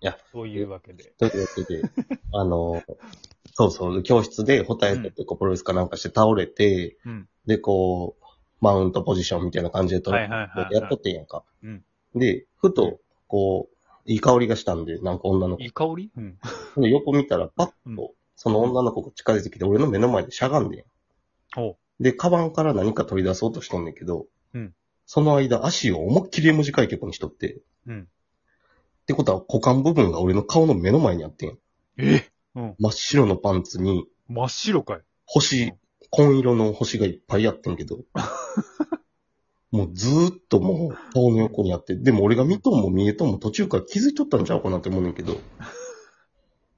や、そういうわけで。というわけで、 あの、そうそう、教室でホタエってこうプロレスかなんかして倒れて、うん。で、こう、マウントポジションみたいな感じで取はいり、はいはいはい、やっとってんやんか。うんで、ふと、こう、いい香りがしたんで、なんか女のいい香りうん。子。で、横見たら、パッうんと、その女の子が近づいてきて、俺の目の前でしゃがんでんやん。おうで、カバンから何か取り出そうとしとんねんけど、うんその間、足を思いっきり M 字開脚にしとって、うん。ってことは股間部分が俺の顔の目の前にあってん。えうん。真っ白のパンツに、真っ白かい。星、紺色の星がいっぱいあってん けど、もうずーっともう顔の横にあって、でも俺が見とんも見えとんも途中から気づいとったんちゃうかなって思うねんけ ど、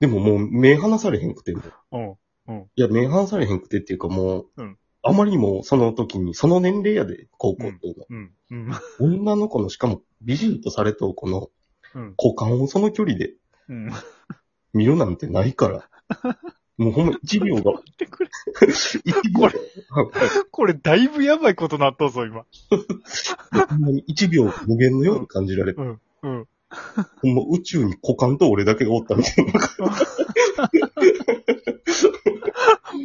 でももう目離されへんくて、うん。いや、目離されへんくてっていうかもう、うんあまりにもその時に、その年齢やで、高校っていうのはうん。うん。女の子のしかも美人とされとこのうん。股間をその距離でうん。待見るなんてない から。もうほんま1秒が、ってくれ。 1秒こがれ、これだいぶやばいことなっとうぞ、今。ほんまに1秒無限のように感じられて、うん。 うん。ほんま宇宙に股間と俺だけがおったみたいな。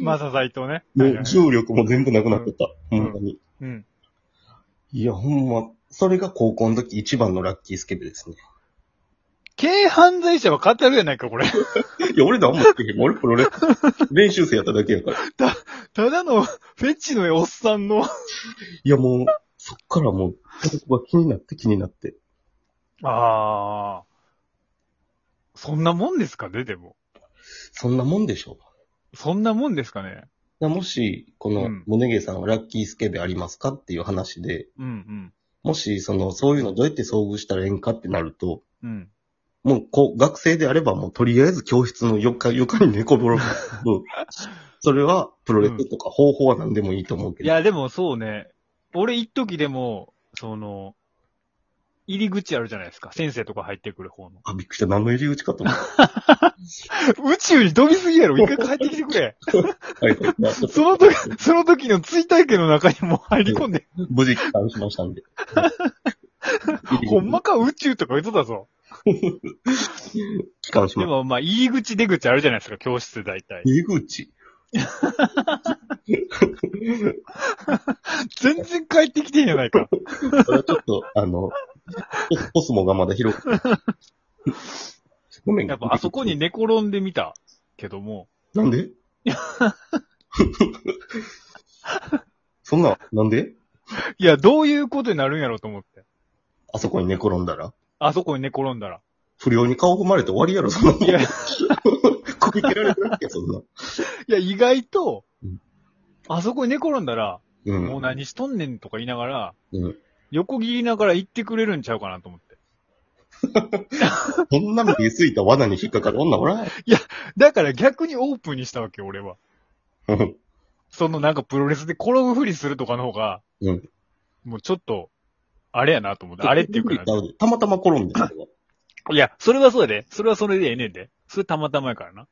マササイとね。もはいはうい重力も全部なくなってた。うんほんまに。うん。いや、ほんま、それが高校の時一番のラッキースケベですね。軽犯罪者は語るやないか、これ。いや、俺なんも言ってへん。俺プロレス、練習生やっただけやから。ただのフェチのおっさんいの。や、もう、そっからもう、そこが気になって気になって。ああ。そんなもんですかね、でも。そんなもんでしょそんなもんですかね。だもし、こうのん、モネゲさんはラッキースケベありますかっていう話で、うんもし、その、そういうのどうやって遭遇したらええんかってなると、うん。うん。もう、こう、学生であれば、もう、とりあえず教室の床、床に猫ぼろぶ。うん それは、プロレスとか、方法は何でもいいと思うけいど。や、でもそうね。俺、一時でも、その、入り口あるじゃないですか。先生とか入ってくる方の。あ、びっくりした。何の入り口かと思っ 宇宙に飛びすぎやろ。一回帰ってきてくれ。た。はい。まあちょっそとの時、その時の追体験の中にもう入り込んで、無事帰還しました んで。ほんまか宇宙とか言っとったぞ。帰還しまでした。も、まあ、入り口出口あるじゃないですか。教室大体。入り口 全然帰ってきてんやないか。それはちょっと、あの、コスモがまだ広くて。ごめん やっぱあそこに寝転んでみたけども、なんでそんな、なんでいや、どういうことになるんやろうと思って。あそこに寝転んだらあそこに寝転んだら。不良に顔踏まれて終わりやろ、そんな。いや、いこけられてるわけ、そんな。や、意外とうん、あそこに寝転んだら、う。もうん何しとんねんとか言いながら、うん横切りながら行ってくれるんちゃうかなと思って。こんなの見ついた罠に引っかかる女おらん。だから逆にオープンにしたわけよ、俺は。うんそのなんかプロレスで転ぶふりするとかの方が、うんもうちょっと、あれやなと思って、 あれっていうかな。 たまたま転んでる。いや、それはそうやで。それはそれでええねんで。それたまたまやからな。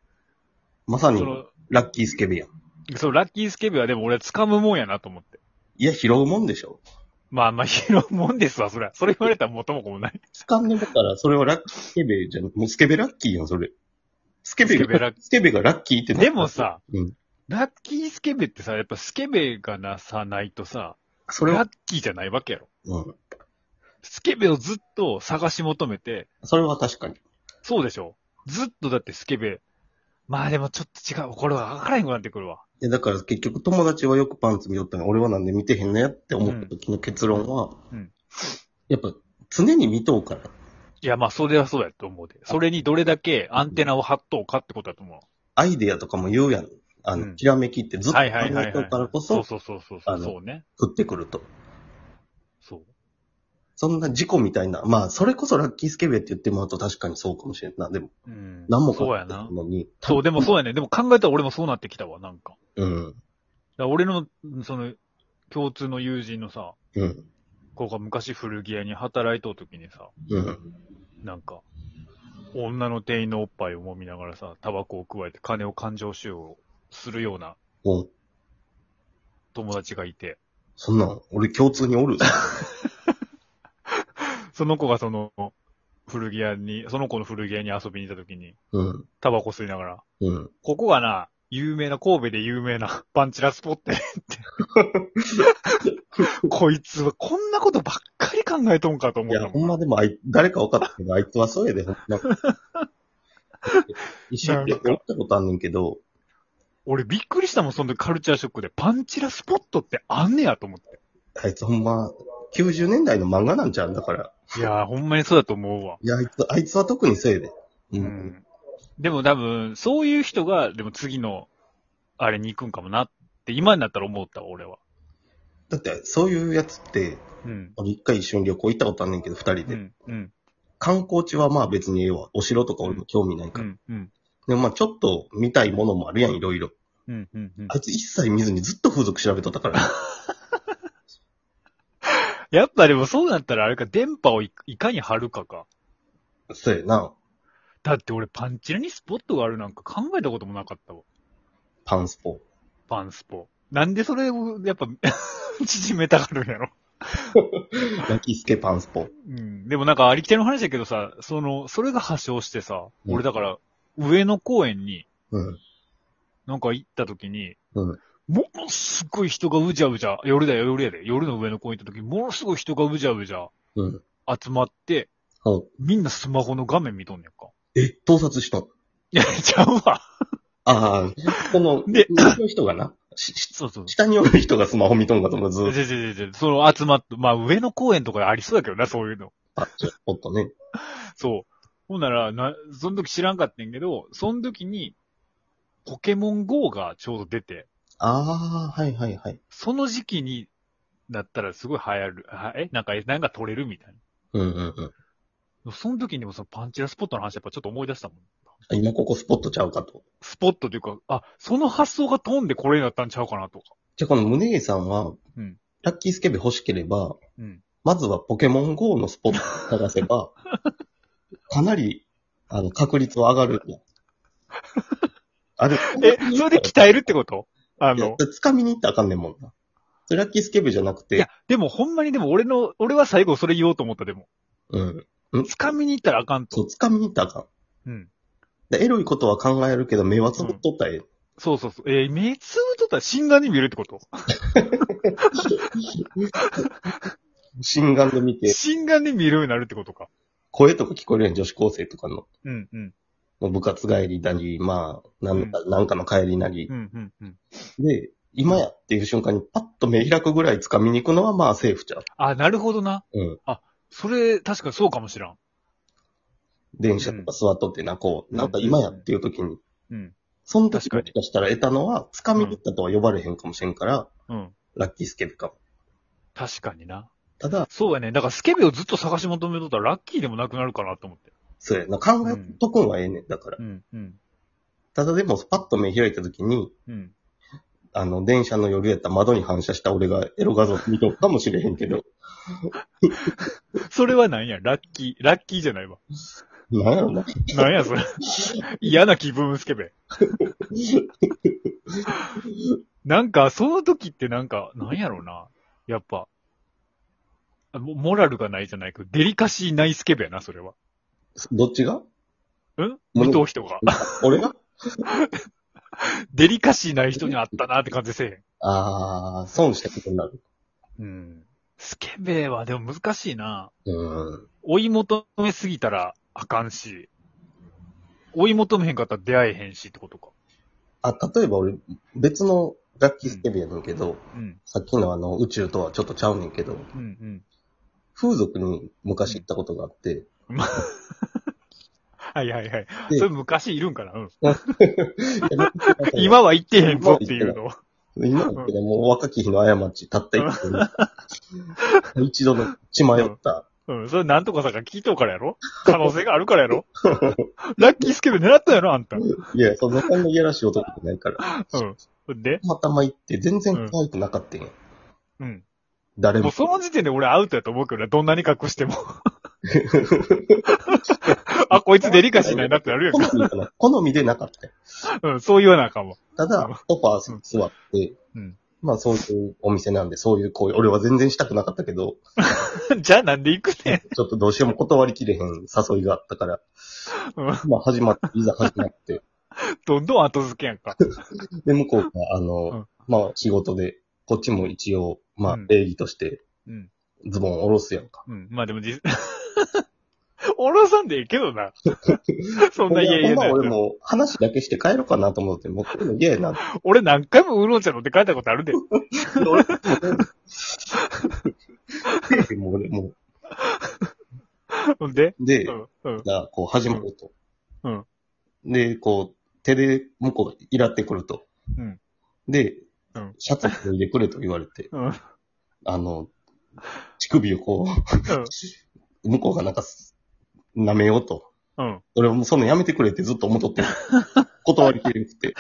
まさにそ、の、ラッキースケベやん。そう、ラッキースケベはでも俺は掴むもんやなと思って。いや、拾うもんでしょ。まあまあ、拾うもんですわ、それは。それ言われたら元も子もない。掴んでたら、それはラッキースケベじゃん。もうスケベラッキーやん、それ。スケベスケベラがッ、スケベがラッキーってなでも、さ、うん。ラッキースケベってさ、やっぱスケベがなさないとさ、それラは、ッキーじゃないわけやろ。うん。スケベをずっと探し求めて、それは確かに。そうでしょずっとだってスケベ。まあでもちょっと違う。これは分からへんくなってくるわ。いや、だから結局友達はよくパンツ見よったのに俺はなんで見てへんのやって思った時の結論は、うんやっぱ常に見とうから。いや、まあ、それはそうやと思うで。それにどれだけアンテナを張っとうかってことだと思アイデアとかも言うやん。あの、うんひらめきってずっとう。考はいえはいはい、とはうい。からこそうそ、そうそうそうあそのう。そうね。食ってくると。そう。そんな事故みたいな。まあ、それこそラッキースケベって言ってもらうと確かにそうかもしれんな。でも、うん。何もそうかやな。のに。そう、でもそうやね。でも考えたら俺もそうなってきたわ、なんか。うん。だから俺の、その、共通の友人のさ、うん。子が昔古着屋に働いとうときにさ、うん。なんか、女の店員のおっぱいを揉みながらさ、タバコを加えて金を勘定収容するようなもう、友達がいて、そ んなん、俺共通におる。その子がその、古着屋に、その子の古着屋に遊びに行った時に、うん。タバコ吸いながら、うん。ここはな、有名な、神戸で有名なパンチラスポッテって。 こいつはこんなことばっかり考えとんかと思いったや、ほもんんな。までもあい、誰か分かったけど、あいつはそうやで、ほん ま。石井って俺行ったことあんねんけど、俺びっくりしたもん、その時カルチャーショックで。パンチラスポットってあんねやと思って。あいつほんま、90年代の漫画なんちゃうんだから。いやー、ほんまにそうだと思うわ。いや、あいつ、あいつは特にそうやで。う。うんん。でも多分、そういう人が、でも次の、あれに行くんかもなって、今になったら思ったわ、俺は。だって、そういうやつって、うん。俺一回一緒に旅行行ったことあんねんけど、二人で。うん。うん。観光地はまあ別にええわ。お城とか俺も興味ないかうら。ん。うん。でもまあちょっと見たいものもあるやん、いろいろ。うん。うん。うんあいつ一切見ずにずっと風俗調べとったから。 やっぱでもそうなったらあれか、電波をいいかに張るかか。そうやな。だって俺パンチラにスポットがあるなんか考えたこともなかったわ。パンスポ。パンスポ。なんでそれを、やっぱ、 縮めたがるんやろ。焼きスケパンスポ。うん。でもなんかありきたりの話だけどさ、その、それが発祥してさ、うん俺だから、上野公園に、うん。なんか行った時に、うんものすごい人がうじゃうじゃ、夜だよ、夜やで、夜の上の公園行った時、ものすごい人がうじゃうじゃうん。集まって、うんみんなスマホの画面見とんねんか。え、盗撮したんいや、ちゃうわ。ああ、この、で上の人がな、ししそうそう。下におる人がスマホ見とんかと思うず違うーっと違う違うその集まって、まあ上の公園とかでありそうだけどな、そういうの。あっちょおっとね。そう。ほんなら、な、その時知らんかったんやけど、その時に、ポケモン GO がちょうど出て、ああ、はいはいはい。その時期になったらすごい流行る。はえなんか、えなんか取れるみたいうんうんうん。な。その時にもそのパンチラスポットの話やっぱちょっと思い出したもん。今ここスポットちゃうかと。スポットというか、あ、その発想が飛んでこれになったんちゃうかなとか。じゃあこの宗家さんは、うんラッキースケベ欲しければ、うん。まずはポケモン GO のスポットを探せ ば、かなり、あの、確率は上が る。あれ、え、それで鍛えるってことあいやの、掴みに行ったらあかんねんもんな。それラッキースケベじゃなくいてや、、でもほんまにでも俺の、俺は最後それ言おうと思ったでも。うん。掴みに行ったらあかんそと。う、掴みに行ったらあかん。うん。でエロいことは考えるけど、目はつぶっとったらええ。そうそうそう。えー目つぶっとったら心眼に見えるってこと心眼で見て、心眼で見えるようになるってことか。声とか聞こえるやん、女子高生とかの。うんうん。部活帰りなり、まあ、なんか、なんかの帰りなりう。んうんうん。で、今やっていう瞬間にパッと目開くぐらい掴みに行くのはまあセーフちゃう。あ、なるほどな。うん。それ、確かにそうかもしらん。電車とか座っとってな、こう、なんか今やっていう時に。うん。その時確かもにしかしたら得たのは、掴みに行ったとは呼ばれへんかもしれんから、うん。ラッキースケベかも。確かにな。ただ、そうやね。だからスケベをずっと探し求めとったらラッキーでもなくなるかなと思って。そうやな、考えとくんはええねん、だから。うんうん。ただでも、パッと目開いた時に、うん。あの、電車の夜やった窓に反射した俺がエロ画像見とくかもしれへんけど、 それは何やラッキー、ラッキーじゃないわ。なんやろな。なんやそ れ。嫌な気分スケベ。なんか、その時ってなんか、なんやろうな。やっぱ、あモモラルがないじゃないけど、デリカシーないスケベやな、それは。どっちがうんモラル見通人が。俺がデリカシーない人に会ったなって感じせえあー、損したことになる。へん。うん。スケベはでも難しいな。うん。追い求めすぎたらあかんし、追い求めへんかったら出会えへんしってことか。あ、例えば俺、別のラッキースケベやねんけど、うん。さっきのあの、宇宙とはちょっとちゃうねんけど、うんうん。風俗に昔行ったことがあ って、はいはいはいで。それ昔いるんかなうん。今今は行ってへんぞっていうの。今だけど、もう若き日の過ち、たった一 度一度の血迷った。うん、それなんとかさが聞いとうからやろ可能性があるから やろラッキースケベ狙ったやろあんた。ういや、そんなそんないやらしい男じゃないから。ん。で、たまたま行って、全然可愛くなかったんや。うん。誰もうも。その時点で俺アウトやと思うけどな、どんなに隠 しても。あ、こいつデリカシーないなってなるやん好 か。みかな好みでなかったんや。うん、そう言わなあかんわ。ただ、ソファー座って、うんまあそういうお店なんで、そういう行為、俺は全然したくなかったけ ど、じゃあなんで行くねん。ちょっとどうしようも断りきれへん誘いがあったから、うんまあ始まって、いざ始まって、どんどん後付けやんか。で、向こうが、あの、うんまあ仕事で、こっちも一応、まあうん礼儀としてうん。ズボンを下ろすやんか。うん。まあでも実、 おろさんでええけど な。そんな嫌ほん嫌まなはや俺つ。も話だけして帰ろうかなと思って、もうこういうの嫌やなって。俺何回もウーロン茶飲んで帰ったことある で。俺もうもう俺もほんでうでう、ん。うん。が、こう始まると。うんで、こう、手で向こうがイラってくると。うんで、うんシャツを脱いでくれと言われて、うん。うん。あの、乳首をこう、向こうがなんか、舐めようと。うん。俺はもうそんなんやめてくれってずっと思っと って。断りきれなくて。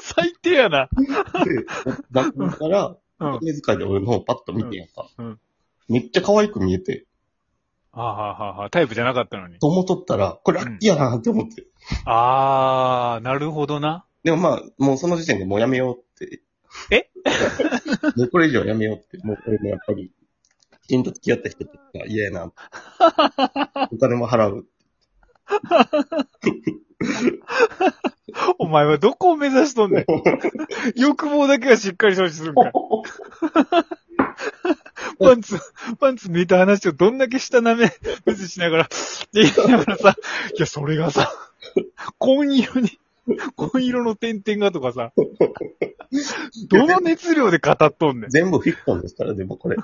最低やな。で、学校から、うん。目遣いで俺の方パッと見てやんか。うんうんめっちゃ可愛く見えて、はあ、はあはあはあ、タイプじゃなかったのに。と思っとったら、これラッキーやなって思って。あー、なるほどな。でもまあ、もうその時点でもうやめようって。え もうこれ以上やめようって。もうこれもやっぱり、きちんと付き合った人とか嫌やなって。お金も払う。お前はどこを目指しとんねん。欲望だけはしっかり承知するんかい。パンツ、パンツ抜いた話をどんだけ下舐 め、無視しながら、って言いながらさ、いや、それがさ、紺色に、紺色の点々がとかさ、どの熱量で語っとんねん。全部フィクションですから、でもこれ。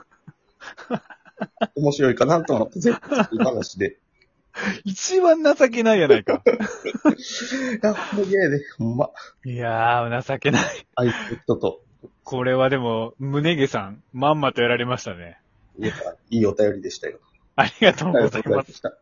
面白いかなと思って、全部いい話で。一番情けないやないか。いや、もう嫌やで、ほんま。 いやー、情けない。あいつ人と、これはでも、胸毛さん、まんまとやられましたね。いや、いいお便りでしたよ。ありがとうありごがざというまござすいま。した。